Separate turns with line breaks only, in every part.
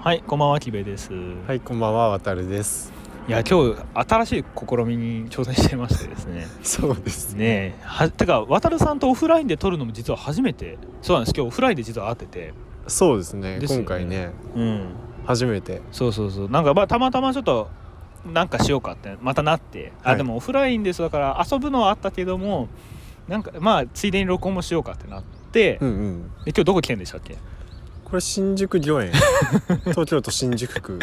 はい、こんばんは、きべです。、
はいい、こんばんは、わた るです。
や、今日新しい試みに挑戦してましてです ね。
そうです。
ねえ、は、てか、渡るさんとオフラインで撮るのも実は初めて。そうなんです、今日オフラインで実は会ってて。
そうですね。
ですよね
今回ね、
うん、
初めて。
そうそうそう、なんか、まあ、たまたまちょっと。なんかしようかって、またなって、
は
あ、
い
でもオフラインです、だから、遊ぶのはあったけども。なんか、まあ、ついでに録音もしようかってなって、
う
で、
んうん。
今日どこ来てんでしたっけ。
これ新宿 御苑。東京都新宿区。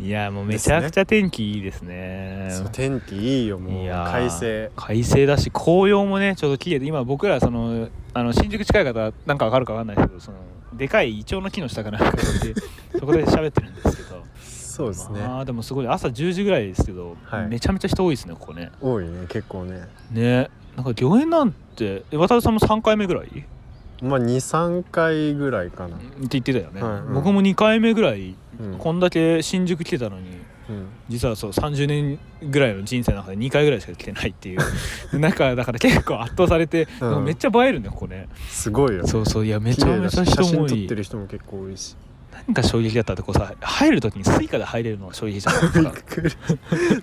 いや、もうめちゃくちゃ天気いいですね。
そう天気いいよ、も。
いうやー
快晴。
快晴だし紅葉もねちょっと綺麗で今僕らそのあの新宿近い方なんかわかるかわかんないですけどそのでかいイチョウの木の下かなんかでそこで喋ってるんですけど
そうですね。
まあでもすごい朝10時ぐらいですけど、
はい
めちゃめちゃ人多いですねここね
多いね、結構ね。
ねなんか御苑なんてえ渡辺さんも3回目ぐらいって
まあ、二三回ぐらいかな。
言ってたよね、
はいうん
僕も2回目ぐらい
うん。
こんだけ新宿来てたのに
うん
実はそう30年ぐらいの人生の中で2回ぐらいしか来てないっていう 中だから結構圧倒されて、
うん
なんかめっちゃ映えるねここね
すごいよね。
そうそういやめ
綺
ちゃ
麗
め
だ
ちゃ
し、写
人
真
も
撮っ
いい
てる人も結構多いし。
なんか衝撃だったってこうさ入る時にスイカで入れるのは衝撃じゃないです
びっ
か
く り。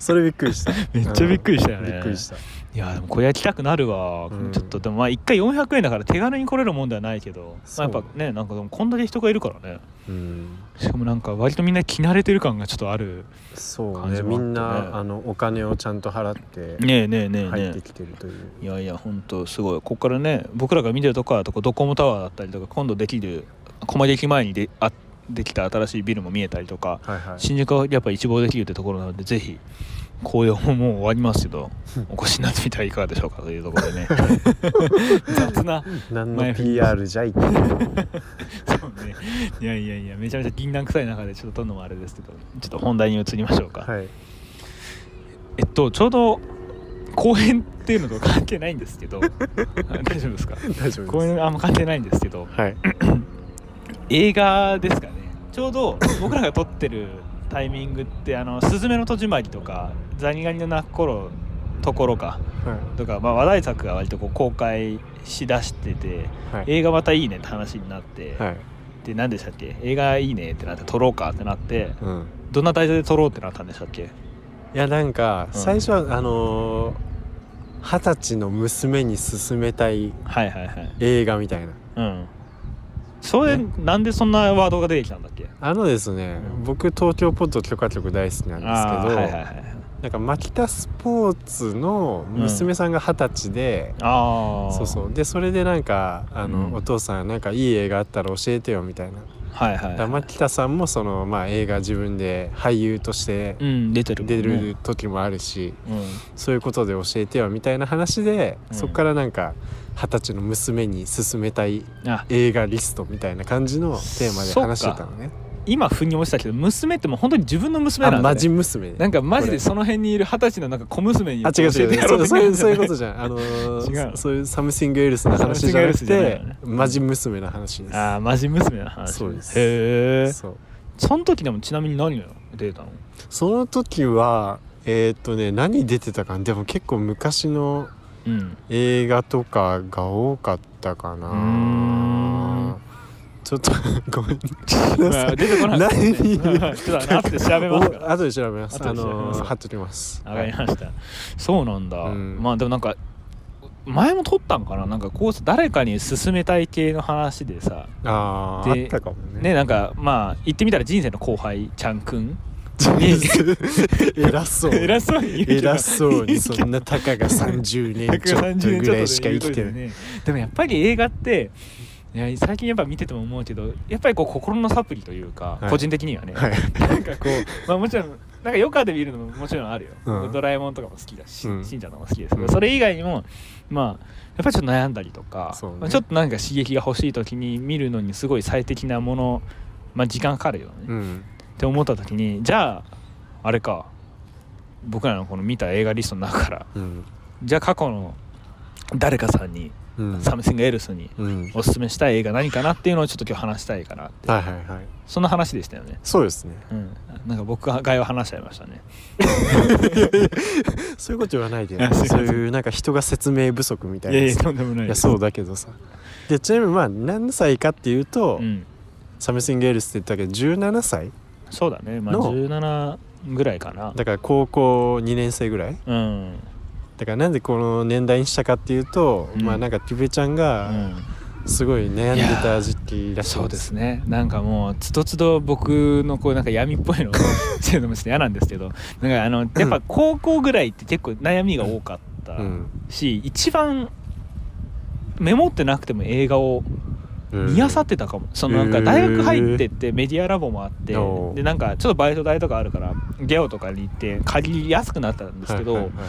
それびっくりした。
めっちゃびっくりしたよね
びっくりした。
いやでもこれは来たくなるわ、
うん
ちょっとでもまあ1回400円だから手軽に来れるもんではないけど、まあ、やっぱねなんかでもこんだけ人がいるからね
うん。
しかもなんか割とみんな着慣れてる感がちょっとある
そう
感じ
ね。
もあってね
みんな、あの、お金をちゃんと払って。
ねえねえねえね
入っ
え
てきてるという。
いやいや本当すごいここからね僕らが見てるとこはとこドコモタワーだったりとか今度できる駒劇前にであできた新しいビルも見えたりとか
はいはい。
新宿はやっぱ一望できるってところなのでぜひ紅葉ももう終わりますけどお越しになってみてはいかがでしょうかというところで ね雑な
何
前
の
振り
PR じゃいって
そうねいやいやいやめちゃめちゃ銀杏臭い中でちょっと撮るのもあれですけどちょっと本題に移りましょうか、
はい
えっとちょうど公園っていうのと関係ないんですけどあ大丈夫 ですか
大丈夫
公
です
園あんま関係ないんですけど
はい
映画ですかねちょうど僕らが撮ってるタイミングって「あのスズメの戸締まり」とか「ザニガニの鳴く頃」ところか
は
とか、まあ、話題作が割とこう公開しだしてて
い
映画またいいねって話になって、
はい
で何でしたっけ映画いいねってなって撮ろうかってなって
うん
どんな題材で撮ろうってなったんでしたっけ
いやなんか
うん
最初はあのー二十歳の娘に勧めたい
はいはいはい
映画みたいな
うんそれ、なんでそんなワードが出てきたんだっけ
あのですね
うん
僕東京ポッド許可局大好きなん
あ
ですけど、
ーはいはいはい
なんか牧田スポーツの娘さんが二十歳で、
ああ
そうそうでそれでなんかあの、
うん
お父さんなんかいい映画あったら教えてよみたいな
はいはい、
だから牧田さんもその、まあ、映画自分で俳優として
うん出てるもんね
出る時もあるし、
うん
そういうことで教えてよみたいな話で、
うん
そこからなんか二十歳の娘に勧めたい
あ
映画リストみたいな感じのテーマで話してたのね。
今ふうに思ってたけど娘ってもう本当に自分の娘
あ
なんだ、ね、
マジ娘
なんかマジ
こ
で
れ
その辺にいる二十歳のなんか小娘に
あ違う違う違うそうそういうそういうこと
じ
じゃん、あのー
違う
そそういうサムシングエルスの話じゃな
サム
く
シングエルス
て
じゃないよね
マジ娘の話です
ゃあーマジ娘の話
そうです
へえ
そう
その時でもちなみに何の出たの
その時はえーっとね何出てたかなでも結構昔の
うん
映画とかが多かったか
うー
なんちょっと ごめん
まあ出 てこなかったですね
何
ちょっと後で調べますから
お 後で調べます
後
あ
で調べま
の
す
貼っときます
わかりましたそうなんだ、
うん
まあでもなんか前も撮ったんかななんかこう誰かに勧めたい系の話でさ
あー
で
あったかもね
ねなんかまあ言ってみたら人生の後輩ちゃんくん
偉そう
偉そうに言うけど
偉そうにそんなたかが30年ちょっとぐらいしか生きてない
ねでもやっぱり映画っていや最近やっぱ見てても思うけどやっぱりこう心のサプリというか、
はい
個人的にはね、
はい
なんかこうまあもちろんなんか余暇で見るのももちろんあるよ、
うん
ドラえもんとかも好きだし、
うん
しんちゃんとかも好きですけど、
うん
それ以外にもまあやっぱりちょっと悩んだりとか、
そうね
まあちょっとなんか刺激が欲しい時に見るのにすごい最適なものまあ時間かかるよね、
う
っ
ん
て思った時にじゃああれか僕らのこの見た映画リストの中から
うん
じゃあ過去の誰かさんに、
うん
サムシングエルスに
うん
おすすめしたい映画何かなっていうのをちょっと今日話したいかなって
はいはいはい
そんな話でしたよね
そうで すね
うんなんか僕が概要話しちゃいましたね
そういうこと言わないで
いやすいません
そういうなんか人が説明不足みたい
い
な
や
や
いや
つ
とんでもない
い
で
や
す
そうだけどさでちなみにまあ何歳かっていうと、
うん
サムシングエルスって言ったけど17歳
そうだねまあ
の
17ぐらいかな
だから高校2年生ぐらい
うん
だからなんでこの年代にしたかっていうと、
うん
まあなんかティベちゃん
う
が
ん
すごい悩んでた時期らしい
そうですねなんかもうつどつど僕のこうなんか闇っぽいのをっていうのもちょっと嫌なんですけど なんかあのやっぱ高校ぐらいって結構悩みが多かった
うん
し、一番メモってなくても映画を
うん
見あさってたかも、そのなんか大学入ってってメディアラボもあって、
おう
でなんかちょっとバイト代とかあるからゲオとかに行って借りやすくなったんですけど、
はいはいはい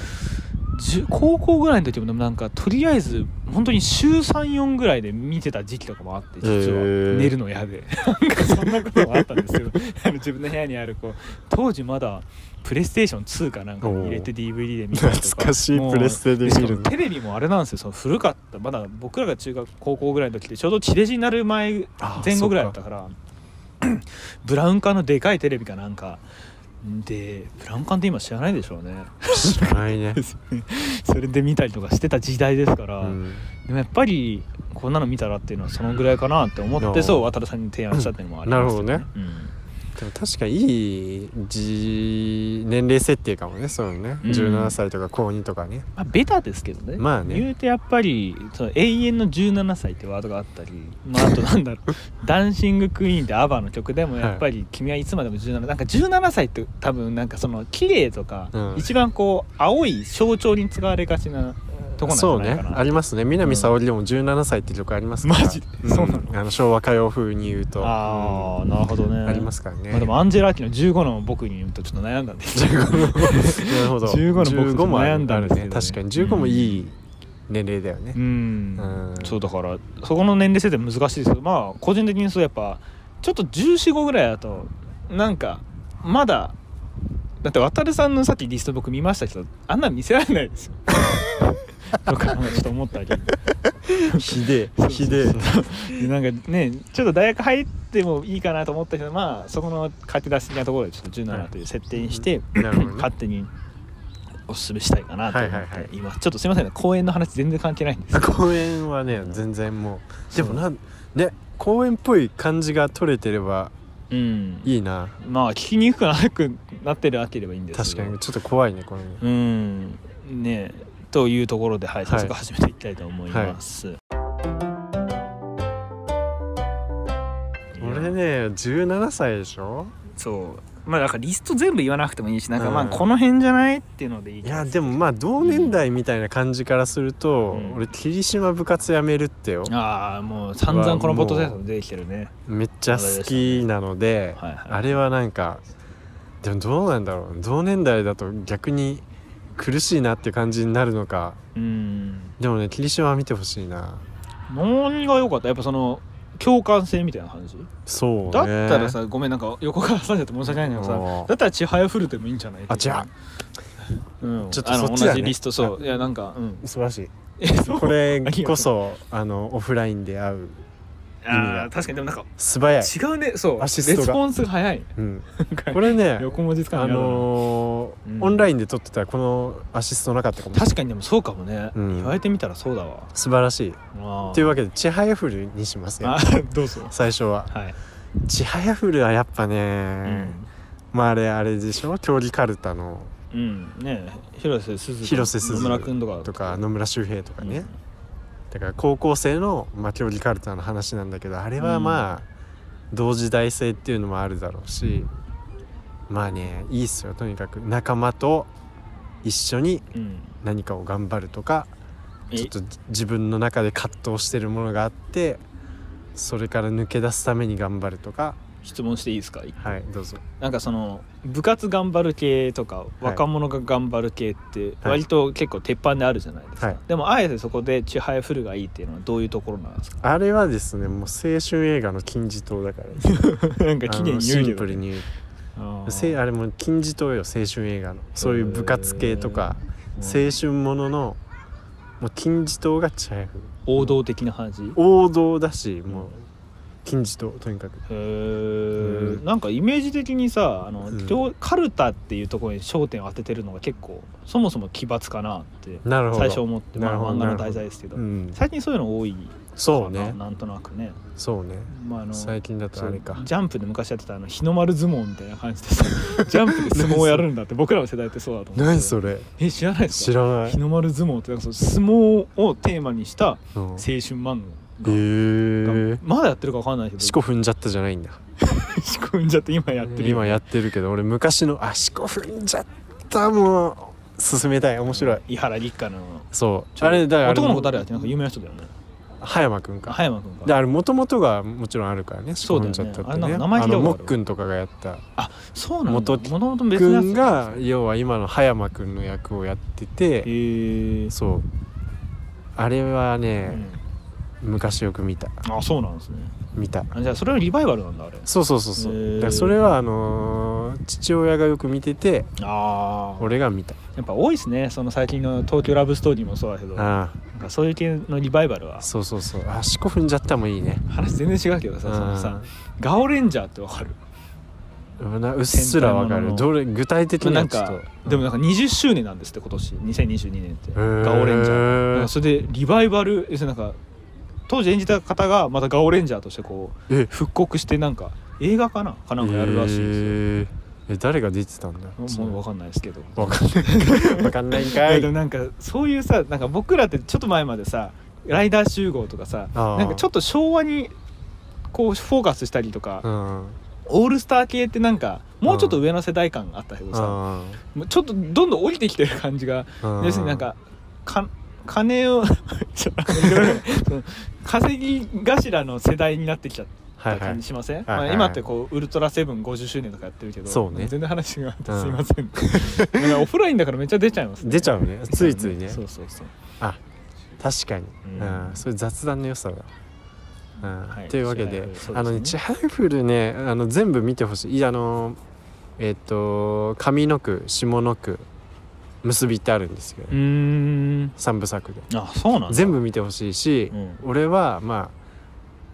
じゅ高校ぐらいの時もでもなんかとりあえず本当に週34ぐらいで見てた時期とかもあって実は、
へー
寝るの嫌で なんかそんなこともあったんですけど あの自分の部屋にあるこう当時まだプレイステーション2かなんかに入れて
お
DVD で見たりとか
懐かしい
もう
プレステで見る
しかもテレビもあれなんですよその古かったまだ僕らが中学高校ぐらいの時でちょうど地デジになる前
あ
前後ぐらいだったから ブラウン管のでかいテレビかなんかでブラウン管って今知らないでしょうね
知らな いね、
それで見たりとかしてた時代ですから、
うん
でもやっぱりこんなの見たらっていうのはそのぐらいかなって思っ
な
て
あ
そう渡るさんに提案したっていうのもありますよ
なるでも確かいいじ年齢設定かもねそうね、
うん
17歳とか高2とかね
うんまあ、ベタですけどね,、
まあね
言うてやっぱりその永遠の17歳ってワードがあったり、まあ、あとなんだろう「 ダンシング・クイーン」ってアバの曲でもやっぱり「君はいつまでも17」なんか17歳って多分なんかその綺麗とか、
うん
一番こう青い象徴に使われがちなとこなんじ
そ
ゃ
う
な
ね
いかな
ありますね南沙織でも17歳って曲ありますから
マジで
ん
そうなの
あの昭和歌謡風に言うと
ああ、
うん
なるほどね
ありますからね、
まあ、でもアンジェラ・アキの15の僕に言うとちょっと悩んだ んで
なる ほど
15の僕
15もあ
悩んだんですけどね
ある確かに15もいい年齢だよね
う、ん
うん
そうだからそこの年齢設定難しいですけどまあ個人的にそうやっぱちょっと1415ぐらいだとなんかまだだって渡さんのさっきリスト僕見ましたけどあんなん見せられない ですよとかなんかちょっと思ったり
ひで
そうそうそ
え
う
ひでえ
でなんかねちょっと大学入ってもいいかなと思ったけどまあそこの駆け出し的なところでちょっと17という設定にして、
なるほどね
勝手におすすめしたいかなと思って、
はいはいはい
今ちょっとすいませんね公園の話全然関係ないんですけど
公園はね全然もうで
そう
もなんね公園っぽい感じが取れてれば
うん
いいな
まあ聞きにくくなくなってるあければいいんです
確
けど
かにちょっと怖いねこれね
うんねえというところではい
い
早速始めていきたいと思います、いや
俺ね17歳でしょ
そうまあだからリスト全部言わなくてもいいしなんかまあ
うん
この辺じゃないっていうのでいい
い
けど
やでもまあ同年代みたいな感じからすると、
うん
俺霧島部活やめるってよ
ああもう散々このポッドキャストで出てきてるね
めっちゃ好きなので、
はいはい
あれはなんかでもどうなんだろう同年代だと逆に苦しいなっていう感じになるのか
うん
でもね霧島は見てほしいな
何が良かったやっぱその共感性みたいな感じ
そうね
だったらさごめんなんか横から挟んじゃって申し訳ないんだけどさ
おー
だったら「ちはやふる」でもいいんじゃない
あ違
う、うん、
ちょっと
あの
そっちだね
同じリストそういやなんかうん
う素晴らしい
えそう
これ
ありがとう
こそあのオフラインで会う
あー確かにでもなんか
素早い、
違うねそうレ
アシストが
スポンスが早い
うん、
なんか
こ れね
横文字使うの
あ
嫌だな
のー
うん
オンラインで撮ってたらこのアシストなかったかも
確かにでもそうかもね、
うん
言われてみたらそうだわ
素晴らしい
あ
という
う
わけで「ちはやふる」にしますよ
あどうぞ
最初は
はい、
「ちはやふる」はやっぱ
う
ね、まああれあれでしょ競技カルタの
うん、ねえ広瀬すず
広瀬すず
野村君とか
とか野村周平とかね、
うん
だから高校生の、まあ、競技カルタの話なんだけどあれはまあ、同時代性っていうのもあるだろうしまあねいいっすよとにかく仲間と一緒に
うん
何かを頑張るとか
え
ちょっと自分の中で葛藤してるものがあってそれから抜け出すために頑張るとか
質問していいですか
はいどうぞ
なんかその部活頑張る系とか若者が頑張る系って割と結構鉄板であるじゃないですか、
はい
でもあえてそこで「ちはやふる」がいいっていうのはどういうところなんです か
あれはですねもう青春映画の金字塔だから
なんか
あ
期
の
限
シ
有
ン
料
プルに言う
あー
せあれも金字塔よ青春映画のそういう部活系とか
うん
青春もののもう金字塔がチャイフ
王道的な感じへ
王道だしもう金字塔とにかくう
ー
ん
なんかイメージ的にさあの、
うん
両カルタっていうところに焦点を当ててるのが結構そもそも奇抜かなって
なるほど
最初思ってま
な
あ
るほど
漫画の
なるほ
題
ど
材ですけど、
うん
最近そういうの多い
そうね
なんとなくね、
そうね
まあ、あの
最近だとあれ
そ
か
うジャンプで昔やってたあの日の丸相撲みたいな感じでさ ジャンプで相撲をやるんだって僕らの世代ってそうだと思う
何そ
れ
れ
え知らないです
知
から
ない
日の丸相撲ってなんかその相撲をテーマにした青
うん
春漫
へ
画が
え
まだやってるかわかんないけど
四股踏んじゃったじゃないんだ
仕込んじゃって今やってる
今やってるけど俺昔の「あ四股踏んじゃった」もう進めたい面白い
井原立花の
そうあれだからあれ
男の子誰だってなんか有名な人だよね
葉山くんか
葉山君
で
か
あれもともとがもちろんあるからね四
そう
股
だよ
踏ん
ね
じゃったって
あれ
ね
なんか名
あ
前聞いたこと
の
ある
もっくんとかがやった
そうなんだもと
元
もと別
くん
のや
が要は今の葉山くんの役をやって
つ
て
へえ
そうあれはね、昔よく見た
あそうなんですね
見た
あじゃあそれはリバイバルなんだあれ
そうそうそうそ
へ
う
ー
だからそれはあのー父親がよく見てて
ああ
俺が見た
やっぱ多いですねその最近の東京ラブストーリーもそうだけどなん
あ
かそういう系のリバイバルは
あそうそうそうあ四股踏んじゃったもいいね
話全然違うけどさそのさガオレンジャーってわかる
うんなうっすらわか
戦隊もの
る
の
どれ具体的に
な
は
ん
ちょっと
かでもなんか20周年なんですって今年2022年って
へー
ガオレンジャーなんかそれでリバイバル要するになんか当時演じた方がまたガオレンジャーとしてこう
え
復刻してなんか映画かなかなんかやるらしいですよ
へーえ誰が出てたんだ
もう分かんないですけど
わかんない。わかんないん
い
か
や
い。
でもなんかそういうさなんか僕らってちょっと前までさライダー集合とかさ
あー
なんかちょっと昭和にこうフォーカスしたりとか、
うん。うん
オールスター系ってなんかもうちょっと上の世代感があったけどさ、もうちょっとどんどん降りてきてる感じが、
うん
要するになんかか金を ちょっと待ってくださいその稼ぎ頭の世代になってきちゃっ
は
た
いは
感
い
じ。しません、
はいはい
まあ、今ってこうウルトラセブン50周年とかやってるけど
そうね
全然話があって
うん
すいませ ん、なんかオフラインだからめっちゃ出ちゃいますね
出ちゃうね。ついついね。
そうそうそう
あ、確かに。
うん
うん。それ雑談の良さだ。うん
はい
というわけで
チハイフルそうです、ね
あのねチハイフルね、あの全部見てほしい。いやあのえっと上の句、下の句、結びってあるんですよ
う。ーん
三部作で。
あそうなんだ
全部見てほしいし
う、ん
俺はまあ。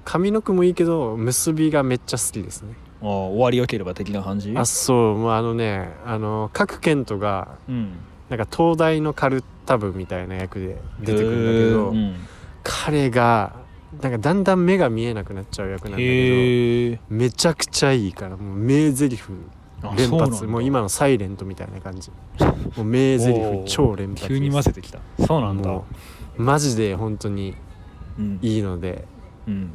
上の句もいいけど結びがめっちゃ好きですね
あ終わりよければ的な感じ
あそうもうあのねあの各賢人が
うん
なんか東大のカルタブみたいな役で出てく
へ
るんだけど、
ーうん
彼がなんかだんだん目が見えなくなっちゃう役なんだけど
へえ
めちゃくちゃいいからもう名台詞連発もう今の「サイレントみたいな感じもう名台詞超連発
急に混ぜてきたそうなんだ
もうマジで本当に
うん
いいので
うん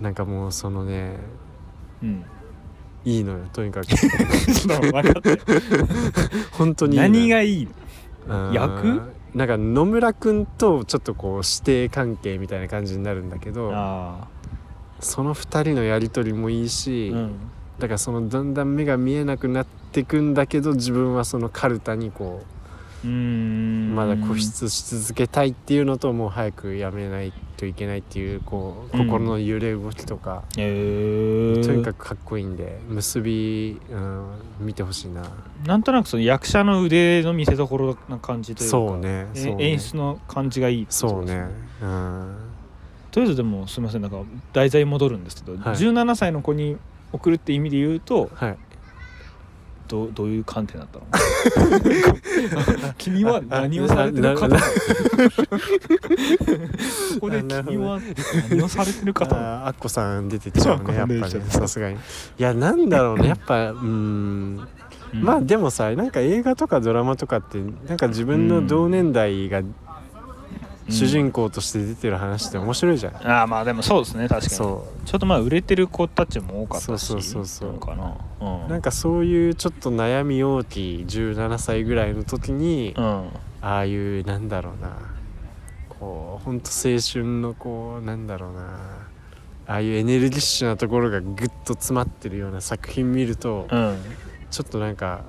なんかもうそのね
うん
いいのよとにかく
ちょっと分かって
本当にいいのよ
何がいいの
うん
役
なんか野村くんとちょっとこう師弟関係みたいな感じになるんだけど
あ
その2人のやり取りもいい
あ
し、
うん
だからそのだんだん目が見えなくなってくんだけど自分はそのカルタにこ
うー
うんまだ固執し続けたいっていうのともう早くやめないといけないっていうこう
うん
心の揺れ動きとか、
へえ
とにかくかっこいいんで結び、うん、見てほしいな
なんとなくその役者の腕の見せ所な感じというか
そうね
え
そうね
演出の感じがいいってこと
そう
です
ねうん
とりあえずでもすみませんなんか題材戻るんですけど、
はい
17歳の子に送るって意味で言うと
はい
どうどういう観点だったの君は何をされてる
あ
方
な
ここで君は何をされてる方
あーアッコさん出てっちゃうねや
アッ
っ
コ
ぱ
さん出
ね
てきちゃう
さすがにいやなんだろうねやっぱうーんまあでもさなんか映画とかドラマとかってなんか自分の同年代が主人
公、
公として出てる話って面白いじゃない、
うんああまあでもそうですね確かにちょ
そ
っとまあ売れてる子たちも多かったし
そうそうそうそう
なんかなう
うんなんかそういうちょっと悩み大きい17歳ぐらいの時に
うん
ああいうなんだろうなこうほんと青春のこうなんだろうなああいうエネルギッシュなところがぐっと詰まってるような作品見ると、
うん、
ちょっとなんか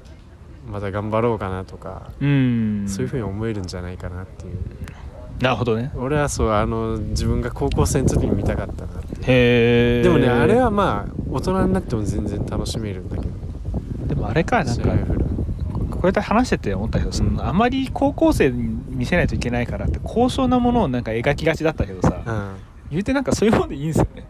また頑張ろうかなとか、
うん、
そういうふうに思えるんじゃないかなっていう
なるほどね
俺はそうあの自分が高校生の時に見たかったなって
へえ
でもねあれはまあ大人になっても全然楽しめるんだけど
でもあれかなん
シ
か
ェアフル
こうやって話してて思ったけどその、
うん
あまり高校生に見せないといけないからって高尚なものをなんか描きがちだったけどさ、
うん
言うてなんかそういうもんでいいんですよね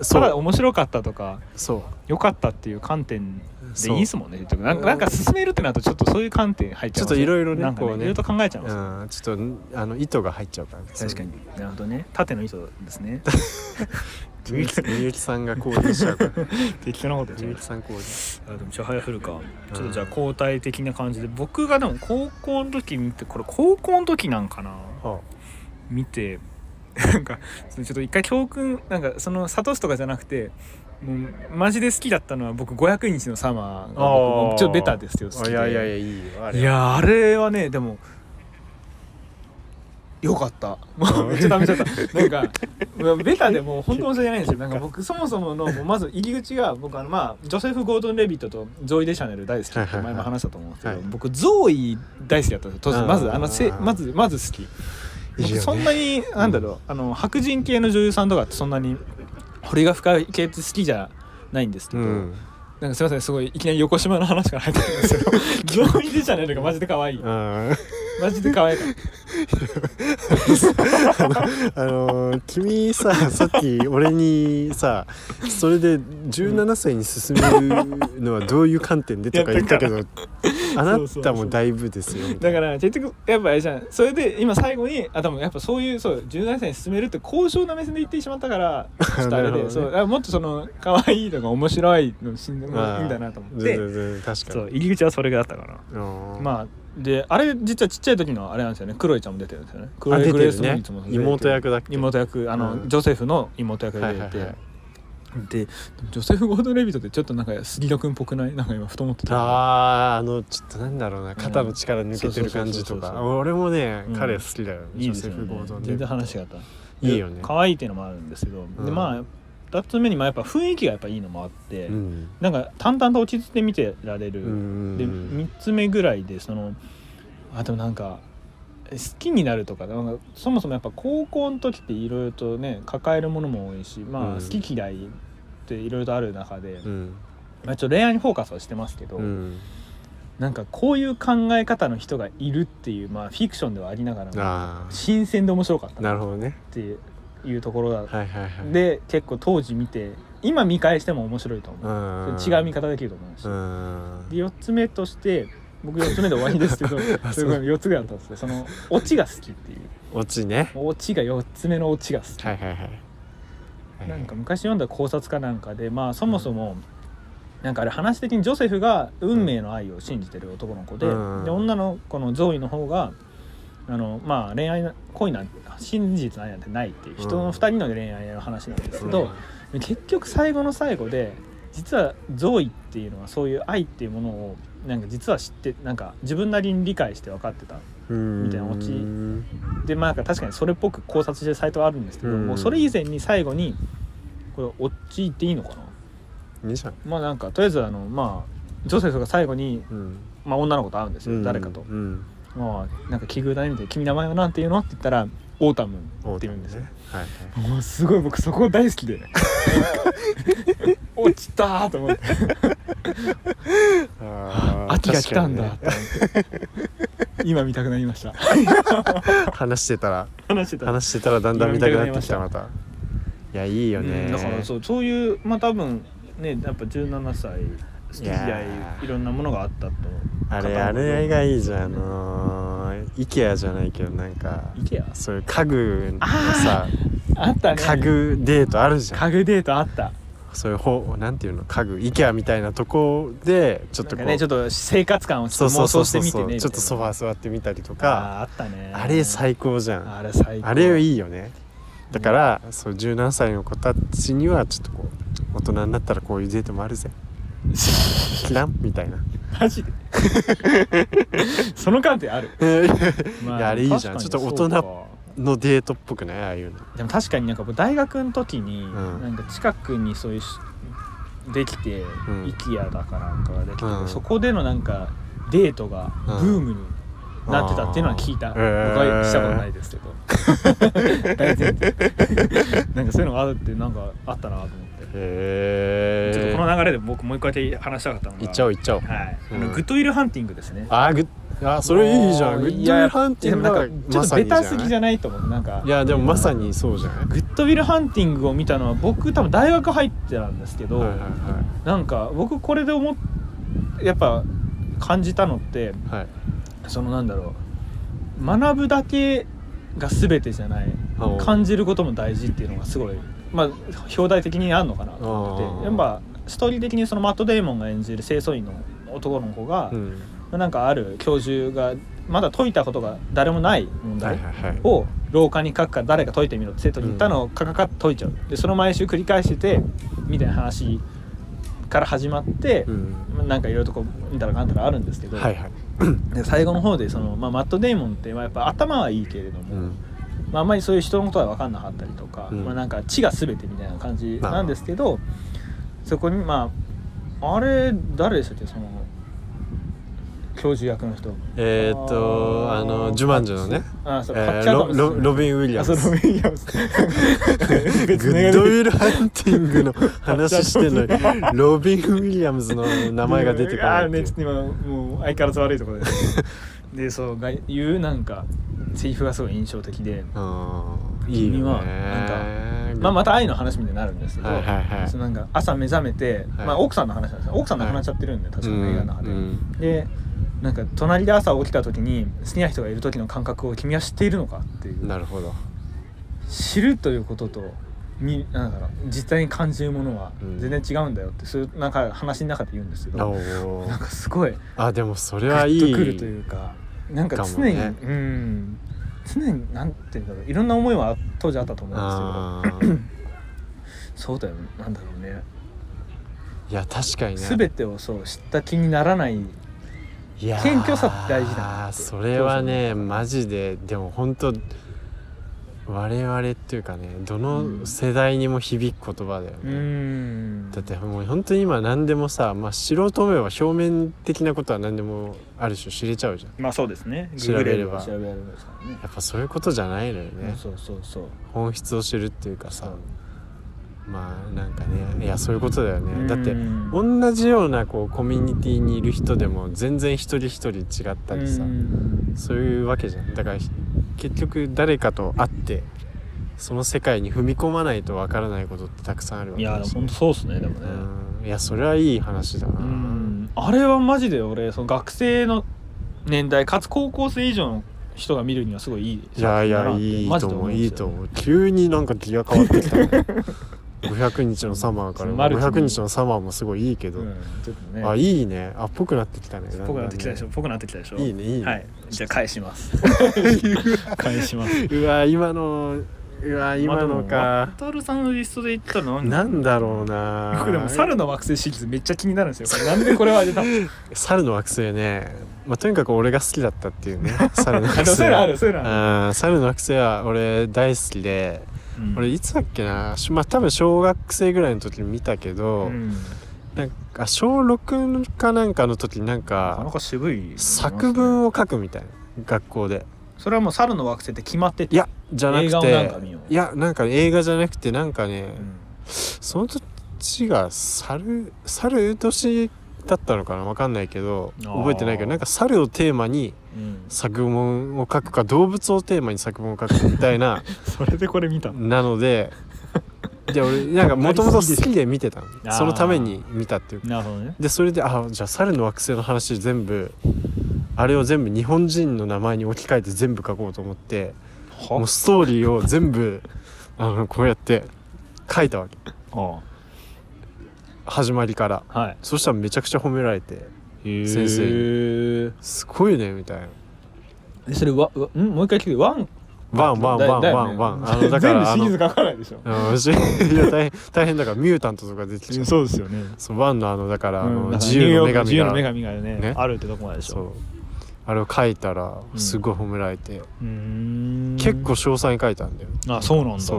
そう
ただ面白かったとか
そう
良かったっていう観点でい
そう
いですもんね結局なんかなんか進めるってなるとちょっとそういう観点入っちゃう
ちょっといろいろね
なんか
こ
ね
う
い
ね
ろいろと考えちゃいますよね
うん、ちょっとあの糸が入っちゃうからね
確かになるほどね縦の糸ですね
それみゆきみゆきさんがこう言っちゃ うから
適当なこと言っちゃい
みゆ
ま
き
す
さんこう言う
あでもちょはやふるかちょっとじゃあ交代的な感じで僕がでも高校の時見てこれ高校の時なんかな
は
見てなんかそのちょっと一回教訓なんかその諭すとかじゃなくてもうマジで好きだったのは僕500日のサマーが
あ
僕
あ
ちょっとベタですけど好き
あ
で
いやいやいやいいよあれ
いやあれはねでもよかったもうめっちゃダメだった なんかまあベタでもう本当申し訳ないんですよなんか僕そもそもの もうまず入り口が僕あのまあジョセフ・ゴードン・レビットとゾーイ・デシャネル大好きって前も話したと思うんですけど、
はいはい
僕ゾーイ大好きだったんですよ当時まずあのせ
あー
まずまず好き
いいよ
僕
ね
そんなになんだろう、あの白人系の女優さんとかってそんなに彫りが深い系って好きじゃないんですけ
う
ど、
ん
なんかすいませんすごいいきなり横島の話から入ってるんですけど ゾーイ・デシャネルがマジで可愛い
あー
マジで可愛かっ
あのー君ささっき俺にさそれで17歳に進むのはどういう観点でとか言ったけどあな
そう
た
そうそ
も
う
だいぶですよみた
た
い
だ
な
から結局やっぱあれじゃんそれで今最後にあでもやっぱそういうそう17歳に進めるって高尚な目線で言ってしまったからちょっとあれ
なるほ
で、
どね
そうあもっとその可愛いとか面白いの死んでも
まあ
いいんだなと思っ
全
て
然全然確かに
そう入り口はそれがあったから
うん
まあであれ実はちっちゃい時のあれなんですよねクロエちゃんも出てるんですよねクロ
あ
エ
出
グ
て
レース
る
も
ね
いつも出てる
妹役だっけ
妹役あの、
うん
ジョセフの妹役で出てて、
はいはいはい
でジョセフ・ゴードン・レビットってちょっとなんか杉戸君っぽくないなんか今ふと思ってた
あーあのちょっとなんだろうな肩の力抜けてる感じと
そうそうそうそう
か
そ
俺もね、
うん
彼好きだよね
いいですよ
ジョセフ
ね
ゴードンレビ
全
ット
然話があった
いいよね
可愛いっていうのもあるんですけど、
う
で
ん
まあ2つ目にまあやっぱ雰囲気がやっぱいいのもあって、
うん
なんか淡々と落ち着いて見てられる、
うん
で
うん
3つ目ぐらいでそのあでもなんか好きになるとかなんかそもそもやっぱ高校の時っていろいろとね抱えるものも多いしま
う
あ
ん
好き嫌いっていろいろとある中で、
うん
まあ、ちょっと恋愛にフォーカスはしてますけど、
うん
なんかこういう考え方の人がいるっていうまあフィクションではありながらも
あ
新鮮で面白かっ
あ
た
な
なっ
るほどね
ていうところだ
はいはいはい
で結構当時見て今見返しても面白いと思う、
ん
それ違う見方できると思うし、
うん
で4つ目として僕4つ目で終わりですけど
あ
そ
そう
れが4つ目だったんですよそのオチが好きっていう
オチね
オチが4つ目のオチが好き、
はいはいはいはい
なんか昔読んだ考察かなんかでまあそもそも、なんかあれ話的にジョセフが運命の愛を信じてる男の子で,、
うん
で女の子のゾイの方があのまあ恋愛な恋なんて真実の愛なんてないっていう人
うん
の2人の恋愛の話なんですけ
うん
ど、結局最後の最後で実はゾイっていうのはそういう愛っていうものをなんか実は知ってなんか自分なりに理解して分かってた
うん
みたいなオチでまあなんか確かにそれっぽく考察してるサイトはあるんですけど、
うん
もうそれ以前に最後にこれオチ言っていいのかない
いじゃん
まあなんかとりあえずあのまあジョセフが最後に、
うん
まあ、女の子と会うんですよ、誰かと
う、ん
まあ、なんか奇遇だねみたいな「君名前はなんて言うの?」って言ったら「オータム」って言うんですよ、
ねはいはい
もうすごい僕そこ大好きで 落ちたーと思って
あー
秋が来たんだ
確
と思って今見たくなりました
かにね 話してたら
話してた
話してたらだんだん見たくなってきたまたいやいいよ
う
ね
んだからそうそういうまあ多分ねやっぱ17歳好き嫌い
いやー
いろんなものがあったと
あれあれがいいじゃんあのー IKEA じゃないけどなんか
IKEA
そういう家具のさ
あったね
家具デートあるじゃん
家具デートあった
そういうほなんていうの家具 IKEA みたいなとこでち
ち
ょっとこう、
ねちょっと生活感をち
そ
ょ
う
っと
そ
妄
うそ
想
う
して
そう
みてねみた
そう
いな
ちょっとソファー座ってみたりとか
あーあったね
あれ最高じゃん
あれ最高
あれいいよねだから、そう17歳の子たちにはちょっとこう大人になったらこういうデートもあ るぜキランみたいな
マ ジでその観点ある、ま
いやあれいいじゃ
確か
ん
に
ちょっと大人
そうか
のデートっぽくないああいうの
でも確かになんか僕大学の時に、
ん
なんか近くにそういうしできて、
ん
IKEA だかなんかができて、
うん
そこでのなんかデートがブームになってたっていうのは聞いた、
うん
僕はしたことないですけど、 大前提なんかそういうのがあるってなんかあったなと思って、
へえ
ちょっとこの流れで僕もう一回だけ話したかったのが
いっちゃおういっちゃおう
はいあの
うん
グッドウィルハンティングですね
あーグッやそれいいじゃん
もう
グッドウィルハンティング
いや
は
なんかちょ
ま
っと
さに
ベ
じゃ
タ
ない
すぎじゃないと思うなんか
いやでもまさにそうじゃない
グッドウィルハンティングを見たのは僕多分大学入ってたんですけど、
はいはいは
なんか僕これで思っやっぱ感じたのって
いはい
そのなんだろう学ぶだけが全てじゃない
あ
感じることも大事っていうのがすごいまあ表題的にあるのかなと思ってて
あ
や
ー
っぱストーリー的にそのマット・デイモンが演じる清掃員の男の子が、
うん
なんかある教授がまだ解いたことが誰もない問
はい
題
はいはい
を廊下に書くから誰か解いてみろって生徒に言ったのをカカカッと解いちゃうでその毎週繰り返しててみたいな話から始まって
う、ん
なんかいろいろとこう見たらかんたらあるんですけど、
はいはい
で最後の方でその、まあ、マット・デイモンってまあやっぱ頭はいいけれど
う
も、
ん
まあ、あんまりそういう人のことは分かんなかったりとか、
うん
まあ、なんか知が全てみたいな感じなんですけど、そこにまああれ誰でしたっけその教授役の人
えーっとあのジュマンジュのね
あそう、
え
パッ
ー
チアダ
ロ
ムス
ロロビン・ウィリア
あそ
ム
う
ス
ロビン・ウィリアムス
グ
別名
ッ
が
ドウ
出て
ィルハンティングの話してんのに ロビン・ウィリアムズの名前が出てこ
あ
な
あ
い
ー
ってい
ねち
う
ょっと今もう相変わらず悪いとこ ろででそうが言うなんかセリフがすごい印象的で、
うんいい
君
よ
は
ね
なんまあ、また愛の話みたいになるんですけど、
はいはいはい
そのなんか朝目覚めて、
はい
まあ、奥さんの話なんですよ奥さん亡くなっちゃってるんで、確かに映画の中で、
うん
でなんか隣で朝起きた時に好きな人がいる時の感覚を君は知っているのかっていう
なるほど、
知るということとみなんだろう実際に感じるものは
うん
全然違うんだよって、そういうなんか話の中で言うんですけど、
お
なん
ー
かすごい
あでもそれ
グッ
はい
と
い
くるというかなんか常に、
かもね
うん常になんていうんだろういろんな思いは当時あったと思うんですけど。
あー
そうだよねなんだろうね
いや確かにね
全てをそう知った気にならない
いやー
謙虚さって大事だなって
それはねマジででも本当我々っていうかねど
う
の
ん
世代にも響く言葉だよ
う
ね、
ん
だってもう本当に今何でもさ、まあ、素人目は表面的なことは何でもある種知れちゃうじゃん
まあそうですね
調べれば
ググ調べられますからね
やっぱそういうことじゃないのよね
そうそうそう
本質を知るっていうか
そ
さ
う
まあなんかねいやそういうことだよねだって
うん
同じようなこうコミュニティにいる人でも全然一人一人違ったりさ
うん
そういうわけじゃんだからひ結局誰かと会ってその世界に踏み込まないとわからないことってたくさんあるわ
い
け
やで
だ
も
し
本当そうっすねでもね
うんいやそれはいい話だな
うんあれはマジで俺その学生の年代かつ高校生以上の人が見るにはすごいいい
いやいやいいと思ういいと思う急になんか気が変わ ってきたね500日のサマーから
マルチに
500日のサマーもすごいいいけど、
うんちょっとね
あいいねあっぽくなってきたね
ぽくなってきたでしょ
だん
ぽくなってきたでしょ
だんねいいねいいね、
はいじゃあ返します返します
うわ今のうわ今の
まあで
か
も、渡るさんのリストで言ったの
なんだろうな
僕でも猿の惑星シリーズめっちゃ気になるんですよこれなんでこれは出たあで
猿の惑星ね、まあ、とにかく俺が好きだったっ ていうね猿の惑
も
星
そういうのあるそういうのある、
あ猿の惑星は俺大好きで、
うん
俺いつだっけなしまあ多分小学生ぐらいの時に見たけど、
うん
なんか小6かなんかの時になん
なかな
か
か渋い
作文を書くみたいな学校で
それはもう猿の惑星って決まってて
いやじゃな
映画
く
をなんか
て
見よう
いやなんか映画じゃなくてなんかね、
うん
その土が猿猿年だったのかなわかんないけど
あー
覚えてないけどなんか猿をテーマに
うん
作文を書くか動物をテーマに作文を書くみた いな
それでこれ見たの
なのでで俺なんかもともと好きで見てた
あ
の
ー
そのために見たっていうか
なるほどね
でそれであじゃあ猿の惑星の話全部あれを全部日本人の名前に置き換えて全部書こうと思ってもうストーリーを全部あのこうやって書いたわけ
は
始まりから
あはい
そしたらめちゃくちゃ褒められて
先生
「すごいね」みたいな
それわわんもう一回聞くよワン
「ワンワン
だ
ワン
だ
ワ
よね
ンワン」あのだからあ
全部シリーズ
の
書かないでしょ
あの しいや大変大変だからミュータントとか出てきちゃ う
そうですよね
そうワンのあのだからあ
う
の
んだから
自由の
ニューヨー
女
ク自
神
由の女
が
神がね
ね
あるってとこまででし
そ
ょ
うあれを書いたら
うん
すごい褒められて
うーん
結構詳細に書いたんだよ
あそうなんだ
そ
そ
う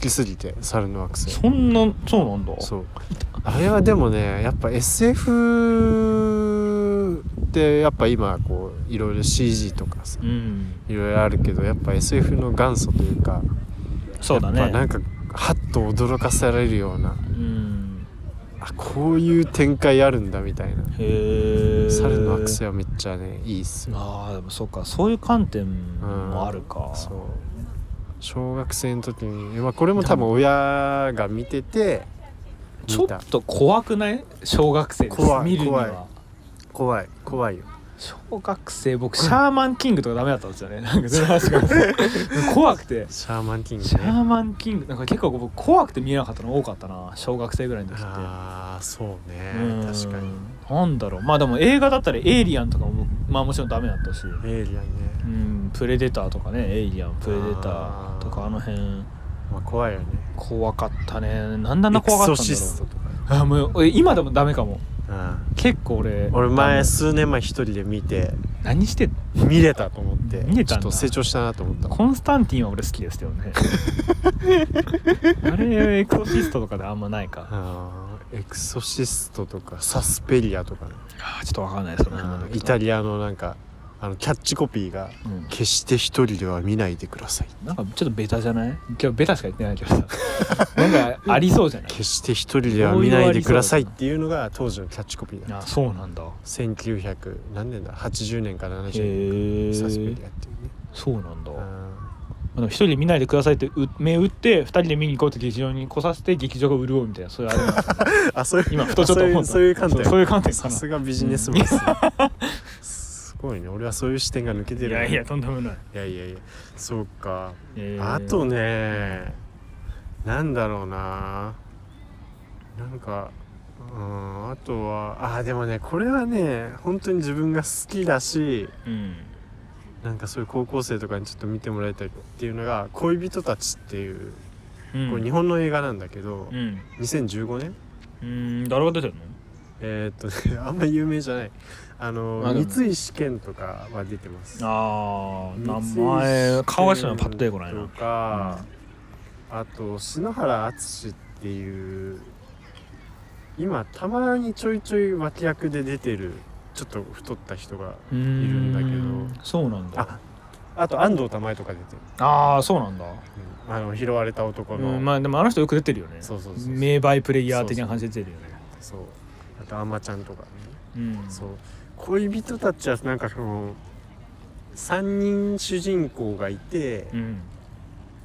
好きすぎて猿の惑星
んなそうなんだ
そうあれはでもねやっぱ SF ってやっぱ今こういろいろ CG とかさ
うん
いろいろあるけどやっぱ SF の元祖というか
そうだ
やっ
ね
ぱなんかハッと驚かされるよう
う
な
ん
あこういう展開あるんだみたいな
へー
猿の惑星はめっちゃねいいっすよ
ああでもそうかそういう観点もあるか、
そう小学生の時に、まあ、これも多分親が見てて
ちょっと怖くない小学生です
怖い
見るに
怖い
は
怖い怖いよ
小学生僕シャーマンキングとかダメだったんですよねなんかその話が 怖くて
シャーマンキング
シャー
ね
マンキングなんか結構僕怖くて見えなかったの多かったな小学生ぐらいの時って
ああそうね
うん
確かに
なんだろうまあでも映画だったら「エイリアン」とかも僕まあもちろんダメだったし、
エイリアンね、
うん「プレデター」とかね「エイリアン」「プレデタ
あ
ー」
ー
とかあの辺
まあ、怖いよね
怖かったねなんであん
エ
な怖かったん
クソ
だ
シ
ろ
ス
う
トとか、
あもう俺今でもダメかも
うん、
結構俺
俺前
ダメ
数年前一人で見て
何してんの
見れたと思って
見れ
ち
た
ょ
ん
っ
だ
と成長したなと思ったもん
コンスタンティンは俺好きですよ ねあれエクソシストとかであんまないか
あーエクソシストとかサスペリアとかね、
あーちょっとわかんないその辺
イタ
リ
リアのなんかあのキャッチコピーが
ア、うん
「決して一人では見ないでください
なんかちょっとベタじゃない今日ベタしか言ってないけどさなんかありそうじゃ」ない
決して一人では見ないでくださいっていうのが当時のキャッチコピーだ
あそうなんだ
1900何年だ80年から
へ
70
え
年サスペリアっていうね
そうなんだ
あ
あの一人で見ないでくださいってう目打って二人で見に行こうって劇場に来させて劇場が潤うみたいなそういうあれなんだ
ーあそういう
今ふとちょっと思った
そういうそういう観
そ
点
うそういう観点か
さ
な
すがビジネスマンっすねすごいね俺はそういう視点が抜けてる
いやいやとんでもない
いやいやいやそうか
えー
あとねなんだろうななんかうんあとはあーでもねこれはね本当に自分が好きだし
うん
なんかそういう高校生とかにちょっと見てもらいたいっていうのが「恋人たち」っていう
うん
これ日本の映画なんだけど
うん
2015年
うん誰が出てるの
えーっと あんま有名じゃないあの
あでも
三井試験とかは出てます
あー名
三
前
井
顔したのパッと出てこない
と
な
か、あと篠原敦っていう今たまにちょいちょい脇役で出てるちょっと太った人が
いる
んだけど
そうなんだ
ああと安藤玉恵とか出てる、
ああそうなんだ
うんあの拾われた男の、
うんまあでもあの人よく出てるよね
そうそうそうそう
名バイプレイヤー的な感じで出てるよね
そうあとあんまちゃんとかね、
うん
そう恋人たちはなんかその3人主人公がいて、
うん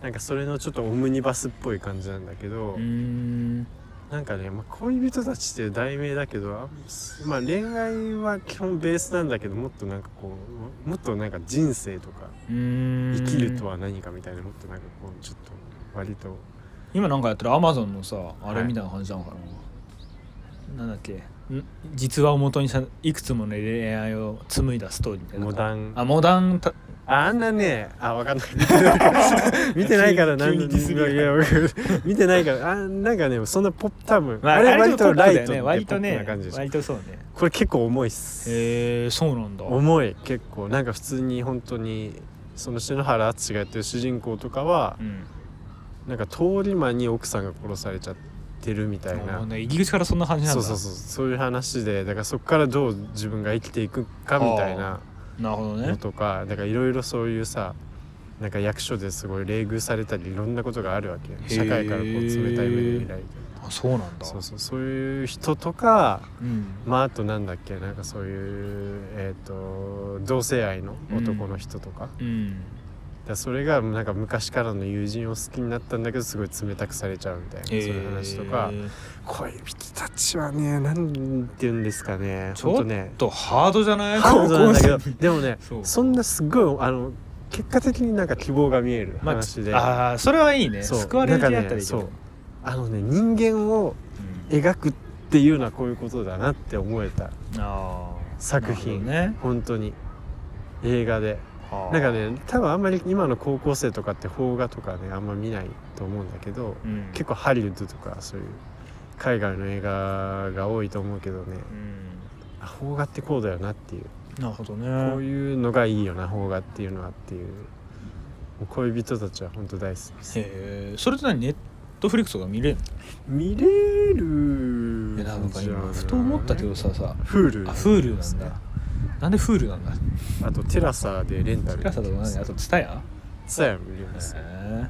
なんかそれのちょっとオムニバスっぽい感じなんだけど、
うん
なんかね、まあ、恋人たちっていう題名だけど、あまあ、恋愛は基本ベースなんだけどもっとなんかこうもっとなんか人生とか
うん
生きるとは何かみたいなもっとなんかこうちょっと割と
今なんかやってるアマゾンのさあれ
はい
みたいな感じなのかな、なんだっけん実話を元にしたいくつもの恋愛を紡いだストーリーみたいな
モダンあ
あモダンた
あんなねあわかんない見てないからなん
急に急にディスる
いやわかる見てないからあなんかねそんなポップ多分、
まあ
あれ割とライ
あれ
トで
でも
ポ
ポッ
ッ
プ
プ
だよね割
な
と
感
ね
じでしょ
割とそうね
これ結構重いっす
へえそうなんだ
重い結構なんか普通に本当にその篠原敦がやってる主人公とかは
うん
なんか通り魔に奥さんが殺されちゃってるみたい
もう
な
ね入り口からそんな感じなん
そ
だ
うそうそうそういう話でだからそこからどう自分が生きていくかみたいな
なるほど
の
ね
とかだからいろいろそういうさなんか役所ですごい冷遇されたりいろんなことがあるわけ社会からこう冷たい目で見られて
あそうなんだ
そうそうそういう人とか
うん
まああとなんだっけなんかそういうえっ、と同性愛の男の人とか,、
うん
だそれがなんか昔からの友人を好きになったんだけどすごい冷たくされちゃうみたいな、そういう話とか
へー
恋人たちはねなんて言うんですかね
ち
ほん
ょ
と
っ
ね
とハードじゃない
ハードなんだけど
高校生
でもね
そう
そんなすごいあの結果的になんか希望が見える
まあ
話で、
あーそれはいいね
そう
救われる系だったらいいけど
なんかねあのね人間を
うん
描くっていうのはこういうことだなって思えた
あー
作品
なるほ
本当に映画で
どね
なんかね多分あんまり今の高校生とかって邦画とかねあんま見ないと思うんだけど
うん
結構ハリウッドとかそういう海外の映画が多いと思うけどね
うん
あ邦画ってこうだよなっていう
なるほどね
こういうのがいいよな邦画っていうのはっていう恋人たちは本当大好きです
へえそれって何ネットフリックスとか見れる
見れる
のいやなんか今ふと思ったけどささ
フール
あ Hulu なんだなんで Hulu なんだ
あとテラサでレンタル
テラサとか何あと TSUTAYA?
さや見れます
へえ